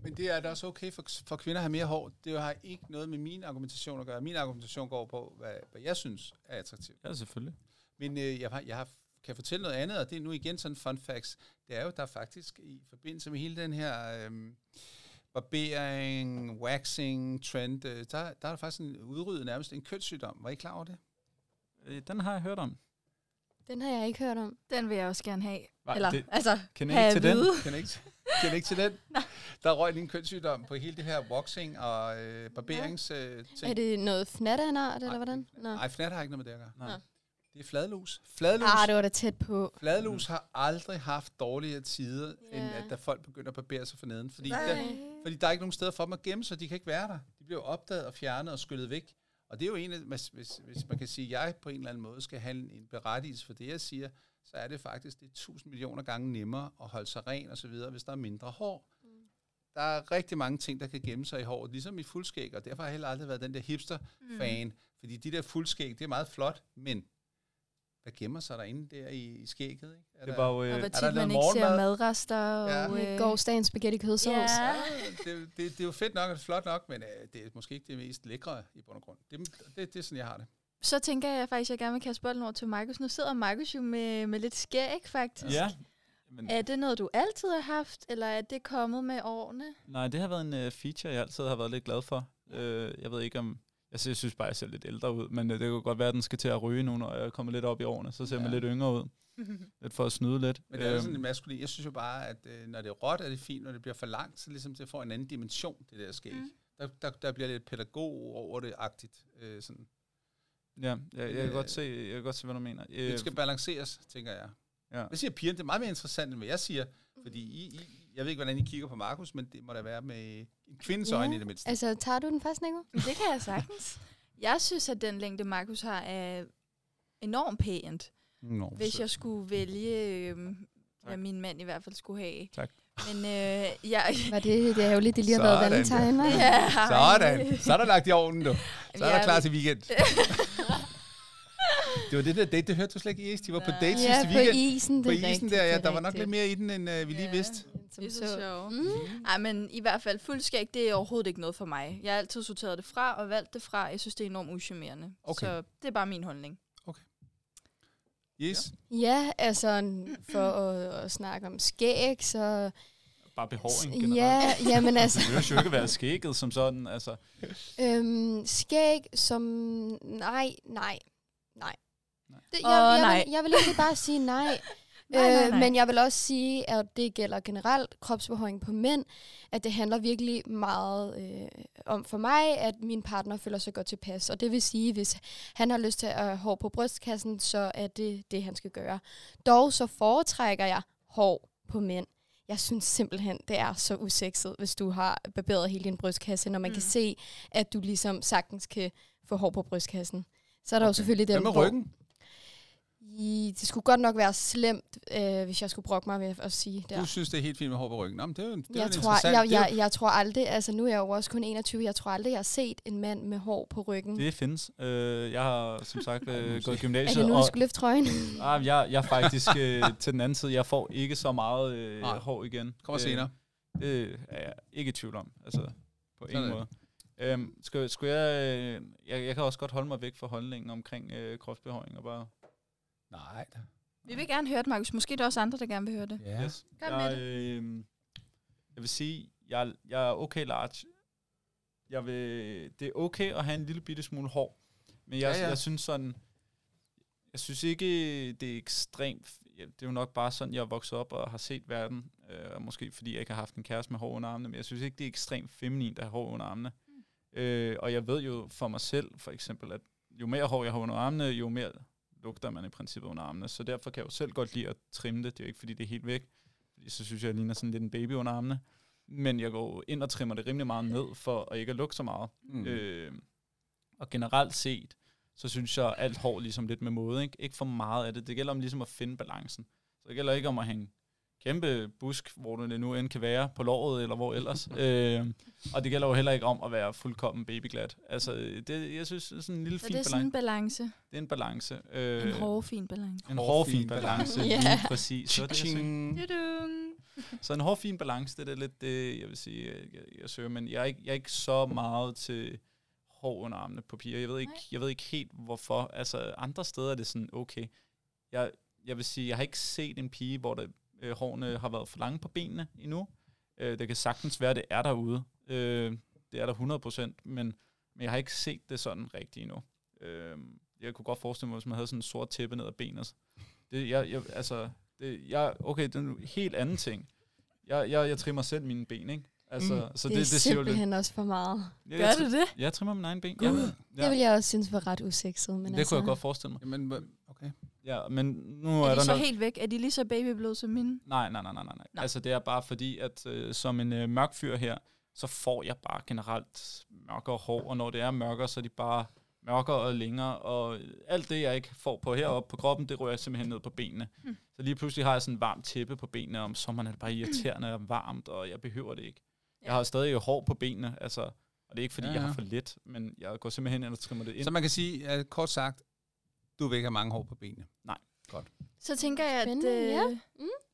Speaker 3: Men det er da også okay for, for kvinder at have mere hår. Det har ikke noget med min argumentation at gøre. Min argumentation går på, hvad, hvad jeg synes er attraktivt.
Speaker 1: Ja, selvfølgelig.
Speaker 3: Men øh, jeg, har, jeg har, kan fortælle noget andet, og det er nu igen sådan fun facts. Det er jo, der faktisk i forbindelse med hele den her øh, barbering, waxing, trend, øh, der, der er der faktisk en udryddet nærmest en kønssygdom. Var I klar over det?
Speaker 1: Øh, Den har jeg hørt om.
Speaker 2: Den har jeg ikke hørt om.
Speaker 4: Den vil jeg også gerne have.
Speaker 1: Nej,
Speaker 4: Eller,
Speaker 1: det-
Speaker 4: altså,
Speaker 1: Kender I
Speaker 4: have
Speaker 1: ikke
Speaker 4: at
Speaker 1: til den?
Speaker 4: vide.
Speaker 3: Kan I ikke? Skal det ikke til den? Der røg din kønssygdom på hele det her voksing og øh, barberings øh,
Speaker 2: Er
Speaker 3: ting.
Speaker 2: det noget fnat af en art,
Speaker 3: Nej,
Speaker 2: eller hvordan? Nå.
Speaker 3: Nej, fnat har ikke noget med det at gøre.
Speaker 1: Nej.
Speaker 2: Nå.
Speaker 3: Det er fladlus. Fladlus,
Speaker 2: Ah, det var da tæt på.
Speaker 3: fladlus har aldrig haft dårligere tider, yeah. end
Speaker 2: Ja.
Speaker 3: at da folk begynder at barbere sig for neden. Fordi
Speaker 4: Nej.
Speaker 3: der, Fordi der er ikke nogen steder for dem at gemme sig. De kan ikke være der. De bliver jo opdaget og fjernet og skyllet væk. Og det er jo en, af- hvis, hvis, hvis man kan sige, at jeg på en eller anden måde skal have en en berettigelse for det, jeg siger, så er det faktisk det er 1000 millioner gange nemmere at holde sig ren og så videre, hvis der er mindre hår. Der er rigtig mange ting, der kan gemme sig i håret, ligesom i fuldskæg, og derfor har jeg heller aldrig været den der hipster-fan. Mm. Fordi de der fuldskæg, det er meget flot, men hvad gemmer sig derinde der i, i skægget? Ikke? Er
Speaker 1: Det
Speaker 3: der-
Speaker 1: var jo...
Speaker 4: Og
Speaker 1: Øh,
Speaker 3: der
Speaker 4: hvor tit man
Speaker 3: noget
Speaker 4: ikke ser
Speaker 3: morgenmad?
Speaker 4: madrester.
Speaker 3: Ja.
Speaker 4: Og,
Speaker 2: Øh. Gårdsdagens spaghetti kødsovs.
Speaker 4: Ja.
Speaker 3: det, det, det er jo fedt nok, og det er flot nok, men øh, det er måske ikke det mest lækre i bund og grund. Det, det, det er sådan, jeg har det.
Speaker 4: Så tænker jeg faktisk, at jeg gerne vil kaste bolden over til Markus. Nu sidder Markus jo med, med lidt skæg, faktisk.
Speaker 1: ja. Men,
Speaker 4: Er det noget, du altid har haft, eller er det kommet med årene?
Speaker 1: Nej, det har været en øh, feature, jeg altid har været lidt glad for. Øh, jeg ved ikke om... Altså, jeg synes bare, jeg ser lidt ældre ud, men øh, det kan godt være, at den skal til at ryge nu, når jeg kommer lidt op i årene. Så ser ja. man
Speaker 3: Ja.
Speaker 1: lidt yngre ud. Lidt for at snyde lidt.
Speaker 3: Men det er jo
Speaker 1: Øhm,
Speaker 3: sådan lidt maskulin. Jeg synes jo bare, at øh, når det er råt, er det fint. Når det bliver for langt, så ligesom det får en anden dimension, det der skæg. Mm.
Speaker 4: Mm.
Speaker 3: Der, der, der bliver lidt pædagog over det-agtigt. Øh, sådan.
Speaker 1: Ja, jeg, jeg, kan
Speaker 3: Øh,
Speaker 1: godt se, jeg kan godt se, hvad du mener. Øh,
Speaker 3: Det skal balanceres, tænker jeg.
Speaker 1: Ja.
Speaker 3: Hvad siger pigerne? Det er meget mere interessant, end hvad jeg siger. Fordi I, I, jeg ved ikke, hvordan I kigger på Markus, men det må da være med en kvindes
Speaker 2: Ja,
Speaker 3: øjne i det mindste.
Speaker 2: Altså, tager du den først, Nico?
Speaker 4: Det kan jeg sagtens. Jeg synes, at den længde, Markus har, er enormt pænt,
Speaker 3: Nå,
Speaker 4: hvis
Speaker 3: så-
Speaker 4: jeg skulle vælge, øh, hvad
Speaker 1: Tak.
Speaker 4: min mand i hvert fald skulle have.
Speaker 1: Tak.
Speaker 4: Men øh, jeg...
Speaker 2: Var det, det er jo lidt, det lige har været
Speaker 3: Sådan, ja.
Speaker 2: valentine, hva'?
Speaker 4: Ja,
Speaker 3: Sådan. Så er der lagt i ovnen, du. Så er der
Speaker 4: Ja,
Speaker 3: klar
Speaker 4: men-
Speaker 3: til weekend. det var det der date, det hørte du slet ikke i East. De var på
Speaker 4: Nej.
Speaker 3: date
Speaker 2: Ja,
Speaker 3: sidste
Speaker 2: på
Speaker 3: weekend.
Speaker 2: isen, det
Speaker 3: På
Speaker 2: er
Speaker 3: isen
Speaker 2: rigtigt,
Speaker 3: der,
Speaker 2: det
Speaker 3: ja,
Speaker 2: er
Speaker 3: der var nok
Speaker 2: rigtigt.
Speaker 3: lidt mere i den, end øh, vi lige
Speaker 4: Ja.
Speaker 3: vidste.
Speaker 2: Som
Speaker 4: Det er så sjovt.
Speaker 2: Mm.
Speaker 4: Ej, men i hvert fald fuldskæg, det er overhovedet ikke noget for mig. Jeg har altid sorteret det fra og valgt det fra. Jeg synes, det er enormt uschammerende.
Speaker 3: Okay.
Speaker 4: Så det er bare min holdning.
Speaker 3: Yes.
Speaker 2: Ja, altså n- for at, at snakke om skæg, så...
Speaker 1: Bare behåring generelt.
Speaker 2: Ja, ja, men altså,
Speaker 1: Det behøver jo ikke være skægget som sådan. Altså,
Speaker 2: øhm, skæg som... Nej, nej, nej.
Speaker 1: Nej.
Speaker 2: Det, jeg,
Speaker 4: Åh,
Speaker 2: jeg,
Speaker 4: nej.
Speaker 2: Vil, jeg vil egentlig bare sige nej.
Speaker 4: Nej, nej,
Speaker 2: Øh,
Speaker 4: nej.
Speaker 2: men jeg vil også sige, at det gælder generelt kropsbehøring på mænd, at det handler virkelig meget øh, om for mig, at min partner føler sig godt tilpas. Og det vil sige, hvis han har lyst til at have hår på brystkassen, så er det det, han skal gøre. Dog så foretrækker jeg hår på mænd. Jeg synes simpelthen, det er så usekset, hvis du har barberet hele din brystkasse, når man mm.
Speaker 4: Mm.
Speaker 2: kan se, at du ligesom sagtens kan få hår på brystkassen. Så er der okay. jo selvfølgelig dem,
Speaker 3: Hvad med
Speaker 2: hvor-
Speaker 3: ryggen?
Speaker 2: i, det skulle godt nok være slemt, øh, hvis jeg skulle brokke mig ved at sige det.
Speaker 3: Du synes, det er helt fint med hår på ryggen. Nå, men det er jo en, det er jo
Speaker 2: Jeg
Speaker 3: en
Speaker 2: tror,
Speaker 3: interessant...
Speaker 2: jeg,
Speaker 3: det er jo-
Speaker 2: jeg, jeg tror aldrig, altså nu er jeg jo også kun 21, jeg tror aldrig, jeg har set en mand med hår på ryggen.
Speaker 1: det findes. Øh, jeg har som sagt øh, gået i
Speaker 2: er
Speaker 1: gymnasiet.
Speaker 2: det nu, du
Speaker 1: og-
Speaker 2: skulle løfte trøjen?
Speaker 1: Ah, jeg, jeg er faktisk øh, til den anden side. Jeg får ikke så meget øh,
Speaker 3: Nej.
Speaker 1: hår igen.
Speaker 3: Kommer senere.
Speaker 1: Øh, det er jeg ikke i tvivl om. Altså, på
Speaker 3: Sådan
Speaker 1: ingen
Speaker 3: er
Speaker 1: måde. Øhm, skal, skal jeg, øh, jeg, jeg kan også godt holde mig væk fra holdningen omkring øh, kropsbehøjning og bare...
Speaker 3: Nej. da.
Speaker 4: Vi vil gerne høre det, Markus. Måske er der også andre, der gerne vil høre det.
Speaker 3: Ja.
Speaker 1: Yes.
Speaker 4: Kom med
Speaker 1: Jeg, øh, jeg vil sige, jeg, er- jeg er okay large. Jeg vil, det er okay at have en lille bitte smule hår. Men jeg,
Speaker 3: Ja,
Speaker 1: ja,
Speaker 3: ja.
Speaker 1: ja. jeg synes sådan, jeg synes ikke, det er ekstremt. Ja, Det er jo nok bare sådan, jeg er vokset op og har set verden. Øh, og måske fordi jeg ikke har haft en kæreste med hår under armene. Men jeg synes ikke, det er ekstremt feminint at have hår under armene. Øh, og jeg ved jo for mig selv, for eksempel, at jo mere hår jeg har under armene, jo mere lugter man i princippet under armene. Så derfor kan jeg jo selv godt lide at trimme det. Det er jo ikke, fordi det er helt væk. Fordi så synes jeg, jeg ligner sådan lidt en baby under armene. Men jeg går ind og trimmer det rimelig meget ned, for at ikke at lugte så meget.
Speaker 3: Mm.
Speaker 1: Mm. Øh, og generelt set, så synes jeg, alt hår ligesom lidt med måde. Ikke, ikke for meget af det. Det gælder om ligesom at finde balancen. Så det gælder ikke om at hænge kæmpe busk, hvor det nu end kan være, på låret eller hvor ellers. øh, og det gælder jo heller ikke om at være fuldkommen babyglat. Altså, det, jeg synes, det er sådan en lille
Speaker 4: Så
Speaker 1: fin
Speaker 4: det er
Speaker 1: balance.
Speaker 4: sådan en balance.
Speaker 1: Det er en balance. Øh,
Speaker 4: En hård, fin balance.
Speaker 1: en
Speaker 3: Hårfin
Speaker 1: hårfin balance,
Speaker 2: balance.
Speaker 1: lige
Speaker 2: Ja.
Speaker 1: præcis. Så, er det, jeg søger.
Speaker 3: Ching.
Speaker 4: Tudung.
Speaker 1: så en hårfin balance, det er lidt det, jeg vil sige, jeg, jeg- jeg søger. Men jeg er, ikke, jeg er ikke så meget til hår under armene på piger. Jeg ved ikke,
Speaker 4: Nej.
Speaker 1: jeg ved ikke helt, hvorfor. Altså, andre steder er det sådan, okay. Jeg, jeg vil sige, jeg har ikke set en pige, hvor der, øh, hårene har været for lange på benene endnu. Øh, det kan sagtens være, det er derude. Øh, det er der 100 procent, men, men jeg har ikke set det sådan rigtigt endnu. Øh, jeg kunne godt forestille mig, hvis man havde sådan en sort tæppe ned ad benet. Det, jeg, jeg, altså, det, jeg, okay, det er en helt anden ting. Jeg, jeg, jeg trimmer selv mine ben, ikke? Altså,
Speaker 3: Mm.
Speaker 1: mm. så
Speaker 2: det,
Speaker 1: det,
Speaker 2: er
Speaker 1: det, siger jo lidt.
Speaker 2: simpelthen også for meget.
Speaker 1: Ja, jeg,
Speaker 4: Gør
Speaker 1: tri-
Speaker 4: du det?
Speaker 1: jeg trimmer mine egne ben.
Speaker 3: Gud.
Speaker 1: Ja,
Speaker 2: Ja. Det vil jeg også synes var ret usekset. Men
Speaker 1: det
Speaker 2: altså,
Speaker 1: kunne jeg godt forestille mig.
Speaker 3: Jamen, hva- okay.
Speaker 1: Ja, men nu er,
Speaker 4: Er
Speaker 1: der
Speaker 4: de så
Speaker 1: noget...
Speaker 4: helt væk? Er de lige så babyblå som mine?
Speaker 1: Nej, nej, nej, nej, nej. nej.
Speaker 4: Nå.
Speaker 1: Altså, det er bare fordi, at øh, som en øh, mørk fyr her, så får jeg bare generelt mørkere hår, og når det er mørkere, så er de bare mørkere og længere, og alt det, jeg ikke får på heroppe på kroppen, det rører jeg simpelthen ned på benene.
Speaker 4: Mm.
Speaker 1: Mm. Så lige pludselig har jeg sådan en varm tæppe på benene, og om sommeren er det bare irriterende og varmt, og jeg behøver det ikke. Jeg
Speaker 4: Ja.
Speaker 1: har stadig hår på benene, altså, og det er ikke fordi,
Speaker 3: Ja,
Speaker 1: ja, jeg
Speaker 3: ja.
Speaker 1: har for lidt, men jeg går simpelthen ind og trimmer det ind.
Speaker 3: Så man kan sige, at kort sagt, du vil ikke have mange hår på benene.
Speaker 4: Så tænker jeg, at
Speaker 2: Spændende,
Speaker 4: øh,
Speaker 2: ja.
Speaker 1: Jamen,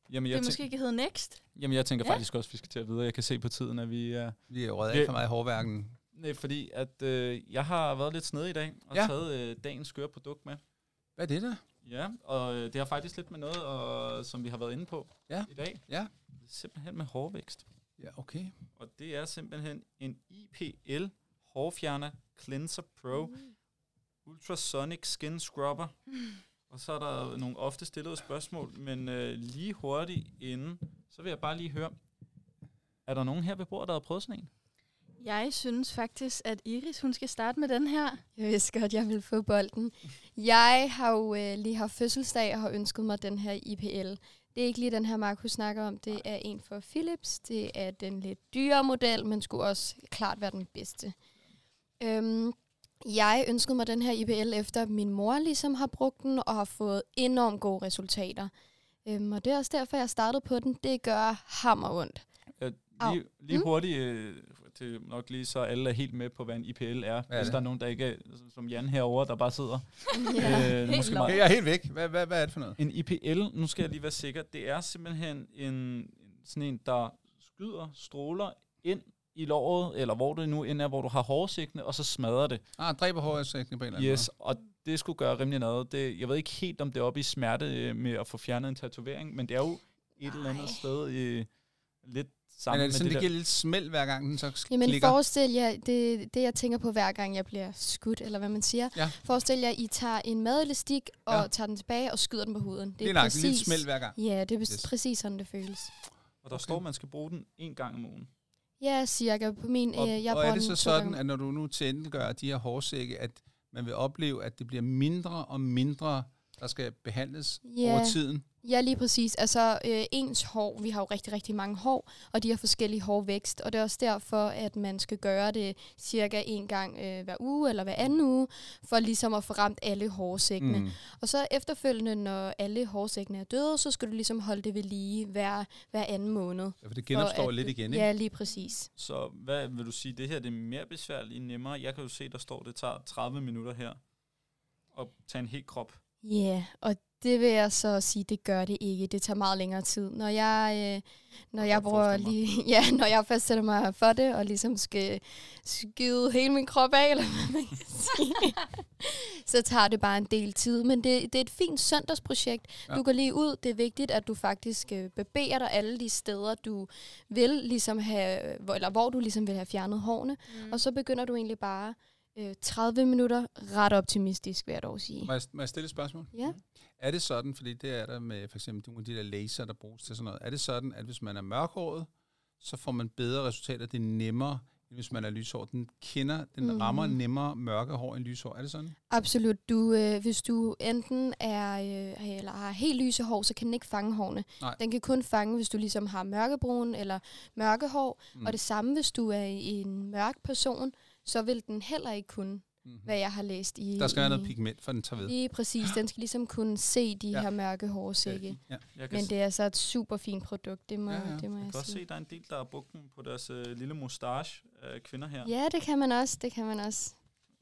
Speaker 1: jeg,
Speaker 4: det
Speaker 1: tænker,
Speaker 4: måske kan hedde Next.
Speaker 1: jamen, jeg tænker
Speaker 4: Ja.
Speaker 1: faktisk også, at vi skal til at videre. Jeg kan se på tiden, at vi er...
Speaker 3: Vi er jo røget
Speaker 1: Ja.
Speaker 3: alt for meget i hårværken.
Speaker 1: Nej, fordi at øh, jeg har været lidt snedig i dag og
Speaker 3: Ja.
Speaker 1: ja. taget øh, dagens skøre produkt med.
Speaker 3: Hvad er det der?
Speaker 1: Ja, og øh, det har faktisk lidt med noget, og, som vi har været inde på
Speaker 3: Ja.
Speaker 1: i dag.
Speaker 3: Ja.
Speaker 1: Det er simpelthen med hårvækst.
Speaker 3: Ja, okay.
Speaker 1: Og det er simpelthen en IPL hårfjerner Cleanser Pro
Speaker 3: Mm.
Speaker 1: Ultrasonic Skin Scrubber. Og så er der nogle ofte stillede spørgsmål, men øh, lige hurtigt inden, så vil jeg bare lige høre, er der nogen her ved bordet, der har prøvet sådan en?
Speaker 4: Jeg synes faktisk, at Iris hun skal starte med den her.
Speaker 2: Jeg vidste godt, jeg ville få bolden. Jeg har jo øh, lige haft fødselsdag og har ønsket mig den her IPL. Det er ikke lige den her mark, hun snakker om. Det er en for Philips. Det er den lidt dyrere model, men skulle også klart være den bedste. Øhm, jeg ønskede mig den her IPL, efter at min mor ligesom har brugt den og har fået enormt gode resultater. Øhm, og det er også derfor, jeg startede på den. Det gør hammer ondt.
Speaker 1: Øh,
Speaker 2: Au.
Speaker 1: lige, lige
Speaker 2: Mm.
Speaker 1: hurtigt, øh, det er nok lige så alle er helt med på, hvad en IPL er.
Speaker 3: er
Speaker 1: Hvis
Speaker 3: det?
Speaker 1: der er nogen, der ikke er, som Jan herover der bare sidder. øh,
Speaker 2: helt
Speaker 1: måske
Speaker 2: lov.
Speaker 1: meget.
Speaker 3: Jeg er helt væk. Hvad, hvad, hvad er det for noget?
Speaker 1: En IPL, nu skal jeg lige være sikker, det er simpelthen en, en- sådan en, der skyder stråler ind i låret, eller hvor det nu end er, hvor du har hårsigtene, og så smadrer det.
Speaker 3: Ah, dræber hårvækstdækning på en eller anden
Speaker 1: Yes, og det skulle gøre rimelig noget. Det, jeg ved ikke helt, om det er oppe i smerte øh, med at få fjernet en tatovering, men det er jo et eller
Speaker 2: Ej.
Speaker 1: andet sted øh, lidt
Speaker 3: måde.
Speaker 1: sammen
Speaker 3: Men er det
Speaker 1: med
Speaker 3: sådan, det,
Speaker 1: det
Speaker 3: giver lidt smæld hver gang, den så sk-
Speaker 2: Jamen
Speaker 3: klikker?
Speaker 2: Klikker. forestil jer, det, det jeg tænker på hver gang jeg bliver skudt, eller hvad man siger.
Speaker 3: Ja.
Speaker 2: Forestil jer, I tager en madelastik og
Speaker 3: Ja.
Speaker 2: ja. tager den tilbage og skyder den på huden.
Speaker 3: Det er nok, det er lidt smæld hver gang.
Speaker 2: Ja, det er
Speaker 3: Yes.
Speaker 2: yes. præcis sådan, det føles.
Speaker 1: Og der
Speaker 3: Okay.
Speaker 1: okay. står, at man skal bruge den en gang om ugen.
Speaker 2: Ja, cirka på min...
Speaker 1: Og-
Speaker 2: øh, jeg
Speaker 3: og
Speaker 2: bruger
Speaker 3: er
Speaker 2: den
Speaker 3: det så
Speaker 2: to
Speaker 3: sådan,
Speaker 2: gange.
Speaker 3: at når du nu tændengør de her hårsække, at man vil opleve, at det bliver mindre og mindre, der skal behandles
Speaker 2: Ja.
Speaker 3: over tiden?
Speaker 2: Ja, lige præcis. Altså, øh, ens hår, vi har jo rigtig, rigtig mange hår, og de har forskellige hårvækst, og det er også derfor, at man skal gøre det cirka en gang øh, hver uge eller hver anden uge, for ligesom at få ramt alle hårsækkene.
Speaker 3: Mm.
Speaker 2: Og så efterfølgende, når alle hårsækkene er døde, så skal du ligesom holde det ved lige hver, hver anden måned.
Speaker 3: Ja, for det genopstår
Speaker 2: For
Speaker 3: for
Speaker 2: at-
Speaker 3: lidt igen, ikke?
Speaker 2: Ja, lige præcis.
Speaker 1: Så hvad vil du sige, det her det er mere besværligt, nemmere? Jeg kan jo se, der står, det tager 30 minutter her at tage en hel krop.
Speaker 2: Ja, yeah, og det vil jeg så sige, det gør det ikke. Det tager meget længere tid. Når jeg, øh, når
Speaker 1: Jeg
Speaker 2: jeg,
Speaker 1: kan
Speaker 2: bruger
Speaker 1: forestille mig.
Speaker 2: lige, ja, når jeg først sætter mig for det, og ligesom skal skyde hele min krop af, eller hvad man kan sige, så tager det bare en del tid. Men det, det er et fint søndagsprojekt.
Speaker 3: Ja.
Speaker 2: Ja. Du går lige ud. Det er vigtigt, at du faktisk øh, bevæger dig alle de steder, du vil ligesom have, hvor, eller hvor du ligesom vil have fjernet hårene. Mm. Og så begynder du egentlig bare øh, 30 minutter, ret optimistisk, vil jeg dog sige.
Speaker 3: Må jeg, må jeg stille et spørgsmål?
Speaker 2: Ja.
Speaker 3: Er det sådan, fordi det er der med for eksempel nogle af de der laser, der bruges til sådan noget, er det sådan, at hvis man er mørkhåret, så får man bedre resultater, det er nemmere, end hvis man er lyshåret. Den kender, den
Speaker 2: Mhm.
Speaker 3: rammer nemmere mørke hår end lyshår. Er det sådan?
Speaker 2: Absolut. Du, øh, hvis du enten er øh, eller har helt lyse hår, så kan den ikke fange hårene.
Speaker 3: Nej.
Speaker 2: Den kan kun fange, hvis du ligesom har mørkebrun eller mørke hår.
Speaker 3: Mm.
Speaker 2: Mm. Og det samme, hvis du er en mørk person, så vil den heller ikke kunne,
Speaker 3: Mm-hmm.
Speaker 2: hvad jeg har læst i...
Speaker 3: Der skal være
Speaker 2: i,
Speaker 3: noget pigment, for den tager ved.
Speaker 2: Lige præcis. Den skal ligesom kunne se de
Speaker 3: Ja.
Speaker 2: ja. her mørke hårsække.
Speaker 3: Ja.
Speaker 1: Jeg kan,
Speaker 2: Men
Speaker 1: s-
Speaker 2: det altså- er så et super fint produkt, det må,
Speaker 3: Ja,
Speaker 2: ja,
Speaker 3: ja.
Speaker 2: ja. Det må
Speaker 1: jeg
Speaker 2: jeg,
Speaker 1: kan også se,
Speaker 2: sige.
Speaker 1: at der er en del, der har brugt den på deres øh, lille mustache af kvinder her.
Speaker 2: Ja, det kan man også, det kan man også.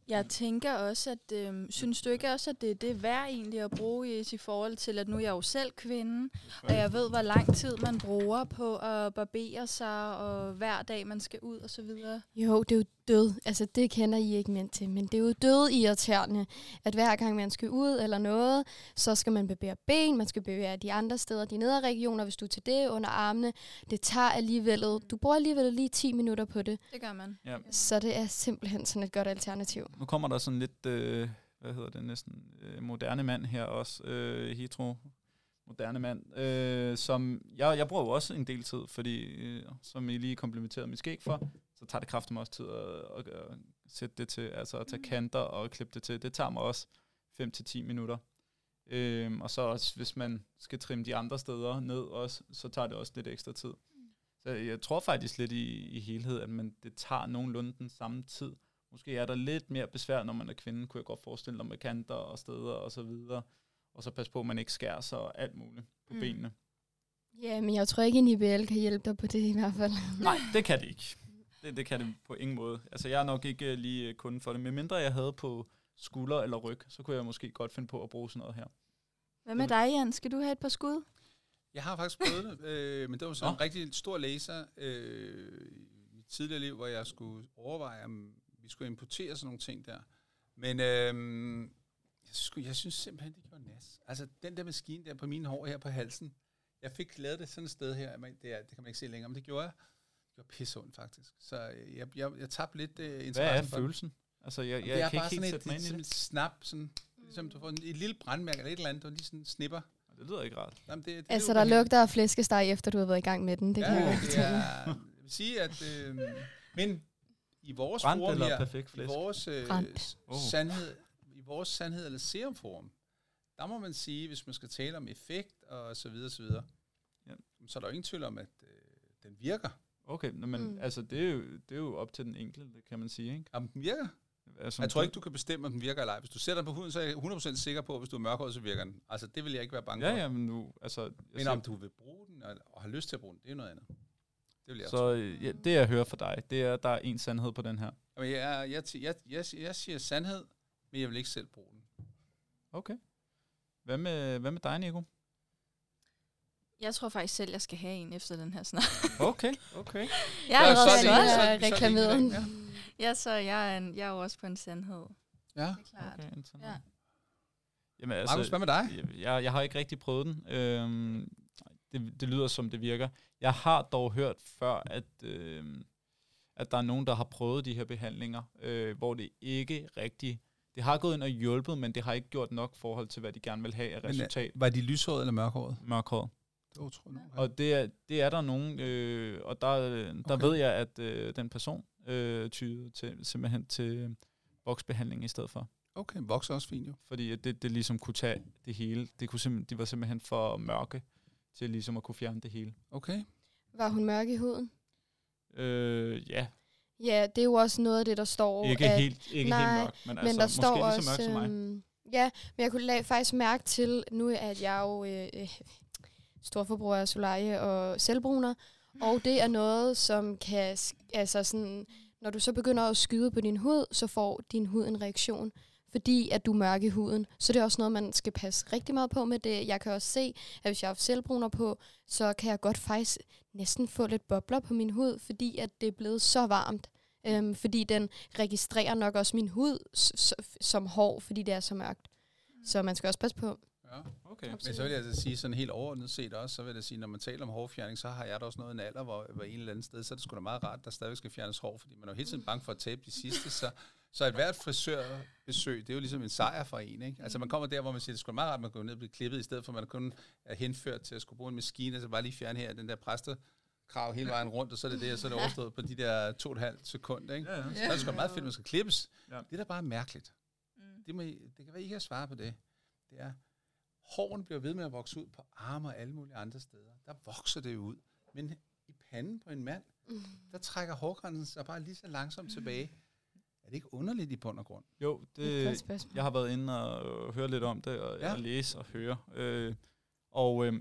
Speaker 4: Jeg tænker også, at øh, synes du ikke også, at det, det er værd egentlig at bruge Iris, i forhold til, at nu er jeg jo selv kvinde, og jeg ved, hvor lang tid man bruger på at barbere sig, og hver dag man skal ud og så videre.
Speaker 2: Jo, det er jo død. Altså, det kender I ikke mænd til, men det er jo død irriterende, at hver gang man skal ud eller noget, så skal man bevæge ben, man skal bevæge de andre steder, de nedre regioner, hvis du til det under armene. Det tager alligevel, du bruger alligevel lige 10 minutter på det,
Speaker 4: Det gør man.
Speaker 1: Ja.
Speaker 2: så det er simpelthen sådan et godt alternativ.
Speaker 1: Nu kommer der sådan lidt, øh, hvad hedder det næsten, øh, moderne mand her også, øh, hetero moderne mand, øh, som jeg, jeg bruger jo også en del tid, fordi øh, som I lige komplimenterede mit skæg for, så tager det kraften mig også tid at, at, at sætte det til, altså at tage kanter og klippe det til. Det tager mig også 5 til 10 minutter. Øhm, og så også, hvis man skal trimme de andre steder ned også, så tager det også lidt ekstra tid. Så jeg tror faktisk lidt i, i helhed, at man, det tager nogenlunde den samme tid. Måske er der lidt mere besvær, når man er kvinde, kunne jeg godt forestille mig, med kanter og steder og så videre. Og så pas på, at man ikke skærer sig og alt muligt på
Speaker 4: Mm.
Speaker 1: mm. benene.
Speaker 2: Ja, men jeg tror ikke, en IBL kan hjælpe dig på det i hvert fald.
Speaker 1: Nej, det kan det ikke. Det, det kan det på ingen måde. Altså, jeg er nok ikke øh, lige øh, kunden for det. Men mindre jeg havde på skulder eller ryg, så kunne jeg måske godt finde på at bruge sådan noget her.
Speaker 4: Hvad med dig, Jan? Skal du have et par skud?
Speaker 3: Jeg har faktisk prøvet det, øh, men det var sådan en
Speaker 1: Nå.
Speaker 3: rigtig stor laser øh, i mit tidligere liv, hvor jeg skulle overveje, om vi skulle importere sådan nogle ting der. Men øh, jeg, skulle, jeg synes simpelthen, det gjorde nas. Altså, den der maskine der på mine hår her på halsen, jeg fik lavet det sådan et sted her, men det, er, det kan man ikke se længere, men det gjorde jeg. Det gjorde pisseondt faktisk. Så øh, jeg, jeg, jeg tabte lidt øh, interessen
Speaker 1: Hvad er
Speaker 3: for det.
Speaker 1: følelsen? Altså, jeg,
Speaker 3: Jamen,
Speaker 1: jeg,
Speaker 3: det
Speaker 1: jeg
Speaker 3: er
Speaker 1: kan
Speaker 3: bare
Speaker 1: ikke helt
Speaker 3: sådan
Speaker 1: sætte
Speaker 3: et,
Speaker 1: mig
Speaker 3: et,
Speaker 1: ind
Speaker 3: sådan
Speaker 1: i
Speaker 3: et
Speaker 1: det.
Speaker 3: snap, sådan, ligesom du får en, et lille brandmærke eller et eller andet, der lige sådan snipper.
Speaker 1: Det lyder ikke rart.
Speaker 3: Jamen, det, det er
Speaker 2: Altså, der
Speaker 3: ubehageligt.
Speaker 2: lugter af flæskesteg, efter du har været i gang med den. Det kan jeg godt
Speaker 3: det
Speaker 2: fortælle.
Speaker 3: er, jeg vil sige, at... Øh, men i vores
Speaker 1: Brændt
Speaker 3: forum
Speaker 1: eller
Speaker 3: her,
Speaker 1: perfekt flæsk?
Speaker 3: i vores øh,
Speaker 2: Brændt.
Speaker 3: s-
Speaker 1: Oh.
Speaker 3: sandhed, i vores sandhed eller serumforum, der må man sige, hvis man skal tale om effekt og så videre, så videre,
Speaker 1: Ja.
Speaker 3: så er der jo ingen tvivl om, at øh, den virker.
Speaker 1: Okay, nå, men
Speaker 2: Mm.
Speaker 1: mm. altså, det er, jo, det er jo op til den enkelte, kan man sige, ikke?
Speaker 3: Om den virker.
Speaker 1: Altså,
Speaker 3: Jeg tror ikke, du kan bestemme, om den virker eller ej. Hvis du sætter den på huden, så er jeg 100% sikker på, at hvis du er mørkhåret, så virker den. Altså, det vil jeg ikke være bange
Speaker 1: Ja,
Speaker 3: for.
Speaker 1: ja, men nu, altså... Jeg
Speaker 3: Men om du vil bruge den og, og har lyst til at bruge den, det er jo noget andet. Det vil jeg
Speaker 1: så øh, ja, det, jeg hører fra dig, det er, at der er en sandhed på den her.
Speaker 3: Jamen, jeg, er- jeg, ti- jeg, jeg, jeg siger sandhed, men jeg vil ikke selv bruge den.
Speaker 1: Okay. Hvad med, hvad med dig, Nico?
Speaker 4: Jeg tror faktisk selv, jeg skal have en efter den her snak.
Speaker 1: Okay, okay.
Speaker 4: Jeg
Speaker 3: Ja,
Speaker 4: er
Speaker 2: Jeg
Speaker 3: så er det-
Speaker 4: allerede solgt.
Speaker 3: så er
Speaker 2: har
Speaker 3: det- så er det
Speaker 2: reklameret
Speaker 3: en
Speaker 2: den.
Speaker 3: i dag,
Speaker 4: Ja, så jeg er, en, jeg er jo også på en sandhed.
Speaker 3: Ja.
Speaker 4: Det er klart.
Speaker 1: okay en sandhed.
Speaker 4: Ja.
Speaker 1: Jamen,
Speaker 3: Altså, Markus, hvad med dig?
Speaker 1: Jeg- jeg, jeg har ikke rigtig prøvet den. Øhm, det, det lyder som det virker. Jeg har dog hørt før, at, øhm, at der er nogen, der har prøvet de her behandlinger, øh, hvor det ikke rigtig... Det har gået ind og hjulpet, men det har ikke gjort nok forhold til, hvad de gerne vil have af
Speaker 3: Men, øh,
Speaker 1: resultat.
Speaker 3: Var de lyshåret eller mørkhåret?
Speaker 1: Mørkhåret.
Speaker 3: Det var utroligt. Ja.
Speaker 1: Og det er, det er der nogen, øh, og der, øh, der
Speaker 3: Okay.
Speaker 1: okay. ved jeg, at øh, den person øh, tyede til, simpelthen til voksbehandling i stedet for.
Speaker 3: Okay, vokser også fint jo.
Speaker 1: fordi at det, det ligesom kunne tage det hele. Det, kunne simpelthen, det var simpelthen for mørke til ligesom at kunne fjerne det hele.
Speaker 3: Okay.
Speaker 2: Var hun mørk i huden?
Speaker 1: Øh, ja,
Speaker 2: Ja, det er jo også noget af det, der står.
Speaker 1: oh, ikke,
Speaker 2: at,
Speaker 1: helt, ikke
Speaker 2: nej,
Speaker 1: helt mørk, men,
Speaker 2: Men
Speaker 1: altså
Speaker 2: der står
Speaker 1: måske
Speaker 2: også,
Speaker 1: lige så mørk som mig.
Speaker 2: øhm, Ja, men jeg kunne la- faktisk mærke til, nu at jeg er jo øh, øh, storforbruger af solarie og selvbruner, og det er noget, som kan, s- altså sådan, når du så begynder at skyde på din hud, så får din hud en reaktion, fordi at du er mørk i huden. Så det er også noget, man skal passe rigtig meget på med det. Jeg kan også se, at hvis jeg har haft selvbruner på, så kan jeg godt faktisk næsten få lidt bobler på min hud, fordi at det er blevet så varmt. Øhm, fordi den registrerer nok også min hud s- s- som hår, fordi det er så mørkt. Så man skal også passe på.
Speaker 3: Ja.
Speaker 1: Okay.
Speaker 3: Men så vil jeg altså sige sådan helt overordnet set også, så vil jeg sige, når man taler om hårfjerning, så har jeg da også noget i en alder, hvor, hvor en eller anden sted, så er det sgu da meget rart, der stadigvæk skal fjernes hår, fordi man er jo hele tiden bange for at tabe de sidste, så, så et hvert frisørbesøg, det er jo ligesom en sejr for en, ikke? Altså man kommer der, hvor man siger, det skulle meget rart, at man går ned og bliver klippet, i stedet for at man kun er henført til at skulle bruge en maskine, altså bare lige fjerne her den der præste krav hele vejen rundt, og så er det det, og så er det overstået på de der to og et halvt sekund, ikke?
Speaker 1: Ja, ja.
Speaker 3: Så er det sgu da meget fedt, at man skal klippes.
Speaker 1: Ja.
Speaker 3: Det er da bare mærkeligt
Speaker 4: Mm.
Speaker 3: det, må I, det kan være, I kan svare på det. Det er, hården bliver ved med at vokse ud på arme og alle mulige andre steder. Der vokser det jo ud. Men i panden på en mand, der trækker hårgrænsen sig bare lige så langsomt tilbage. Er det ikke underligt i bund og grund?
Speaker 1: Jo,
Speaker 3: Øh,
Speaker 2: Det er et godt
Speaker 1: det,
Speaker 2: spørgsmål.
Speaker 1: jeg har været inde og øh, høre lidt om det, og,
Speaker 3: Ja.
Speaker 1: ja. og læse og høre. Øh, og øh,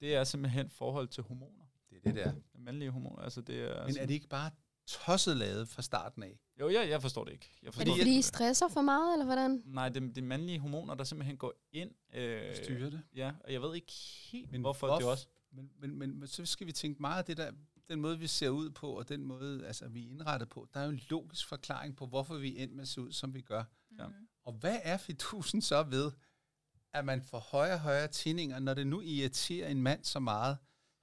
Speaker 1: det er simpelthen forhold til hormoner.
Speaker 3: Det er det, der.
Speaker 1: Mandlige hormoner, altså det er...
Speaker 3: Men er det ikke bare tosset lavet fra starten af?
Speaker 1: Jo, jeg, jeg forstår det ikke. Jeg
Speaker 2: Er
Speaker 1: forstår
Speaker 2: det
Speaker 3: Fordi-
Speaker 2: fordi, I stresser for meget, eller hvordan?
Speaker 1: Nej, det, det er mandlige hormoner, der simpelthen går ind. Øh,
Speaker 3: Styrer det?
Speaker 1: Ja, og jeg ved ikke helt,
Speaker 3: Men
Speaker 1: men hvorfor
Speaker 3: hvorf-
Speaker 1: det også...
Speaker 3: Men, men, men, men så skal vi tænke meget af det der, den måde, vi ser ud på, og den måde, altså, vi er indrettet på. Der er jo en logisk forklaring på, hvorfor vi er endt med at se ud, som vi gør.
Speaker 1: Ja.
Speaker 3: Og hvad er fidusen så ved, at man får højere og højere tinninger, når det nu irriterer en mand så meget?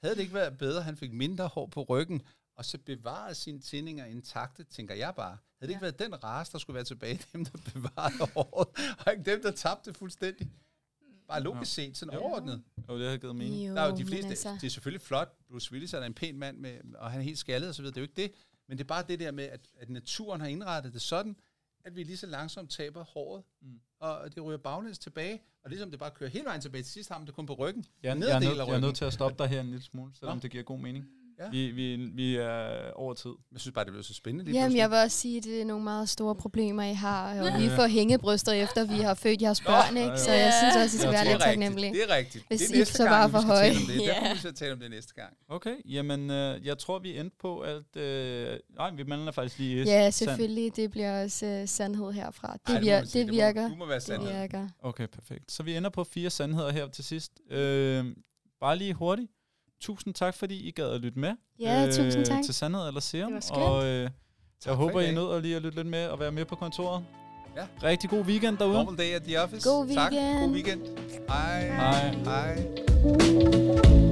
Speaker 3: Havde det ikke været bedre, at han fik mindre hår på ryggen, og så bevarede sine tinninger intakte, tænker jeg bare. Havde det ikke
Speaker 4: Ja.
Speaker 3: været den race, der skulle være tilbage, dem der bevarede håret, og ikke dem, der tabte fuldstændig? Bare logisk set, sådan
Speaker 1: Ja.
Speaker 3: overordnet.
Speaker 1: Jo, det har givet mening.
Speaker 2: Jo,
Speaker 3: Der er jo de
Speaker 2: men
Speaker 3: fleste,
Speaker 2: altså-
Speaker 3: altså. det er selvfølgelig flot, Bruce Willis er da en pæn mand, med, og han er helt skaldet og så videre, det er jo ikke det, men det er bare det der med, at, at naturen har indrettet det sådan, at vi lige så langsomt taber håret,
Speaker 1: Mm.
Speaker 3: mm. og det ryger baglæns tilbage, og ligesom det bare kører hele vejen tilbage til sidst, har man det kun på ryggen.
Speaker 1: Jeg, jeg,
Speaker 3: Neddel
Speaker 1: er
Speaker 3: af
Speaker 1: nødt, jeg er
Speaker 3: ryggen.
Speaker 1: nødt til at stoppe dig her en lille smule, selvom
Speaker 3: Nå.
Speaker 1: det giver god mening.
Speaker 3: Ja.
Speaker 1: Vi, vi, vi er over tid.
Speaker 3: Jeg synes bare, det blev så spændende lige
Speaker 2: Jamen,
Speaker 3: pludselig.
Speaker 2: jeg vil også sige, at det er nogle meget store problemer, I har. Og vi
Speaker 1: Ja.
Speaker 2: får hængebryster efter, vi har født jeres
Speaker 3: Nå,
Speaker 2: børn,
Speaker 1: ja,
Speaker 2: ikke? Så
Speaker 4: ja.
Speaker 2: jeg synes også, I
Speaker 1: Ja,
Speaker 2: skal være
Speaker 1: det er
Speaker 2: lidt taknemmelige.
Speaker 3: Det er rigtigt.
Speaker 2: Hvis
Speaker 3: det
Speaker 2: I
Speaker 3: er næste
Speaker 2: så
Speaker 3: gang,
Speaker 2: bare
Speaker 3: vi
Speaker 2: for
Speaker 3: skal tale om
Speaker 2: høje.
Speaker 3: det.
Speaker 2: Ja.
Speaker 3: Derfor, vi skal tale om det næste gang.
Speaker 1: Okay, jamen øh, jeg tror, vi endte på, at... Øh, nej, vi mangler faktisk lige...
Speaker 2: Ja,
Speaker 1: sand.
Speaker 2: selvfølgelig. Det bliver også øh, sandhed herfra.
Speaker 3: Ej,
Speaker 2: Det,
Speaker 3: du må
Speaker 2: vir-
Speaker 3: sige,
Speaker 2: det
Speaker 3: må-
Speaker 2: virker.
Speaker 3: Du må være
Speaker 2: Det
Speaker 3: sandhed.
Speaker 2: virker.
Speaker 1: Okay, perfekt. Så vi ender på fire sandheder her til sidst. Øh, bare lige hurtigt. Tusind tak, fordi I gad at lytte med.
Speaker 2: Ja,
Speaker 3: Øh,
Speaker 2: tusind tak.
Speaker 1: Øh, Til Sandhed eller Serum.
Speaker 2: Det var skønt.
Speaker 1: og øh, jeg
Speaker 3: Tak for
Speaker 1: håber,
Speaker 3: i
Speaker 1: I
Speaker 3: dag.
Speaker 1: nåede at lige at lytte lidt med og være med på kontoret.
Speaker 3: Ja.
Speaker 1: Rigtig god weekend derude.
Speaker 3: Normal day at the office.
Speaker 2: God
Speaker 3: Tak. God
Speaker 2: weekend.
Speaker 3: weekend. Hej.
Speaker 1: Hej.
Speaker 3: Hej.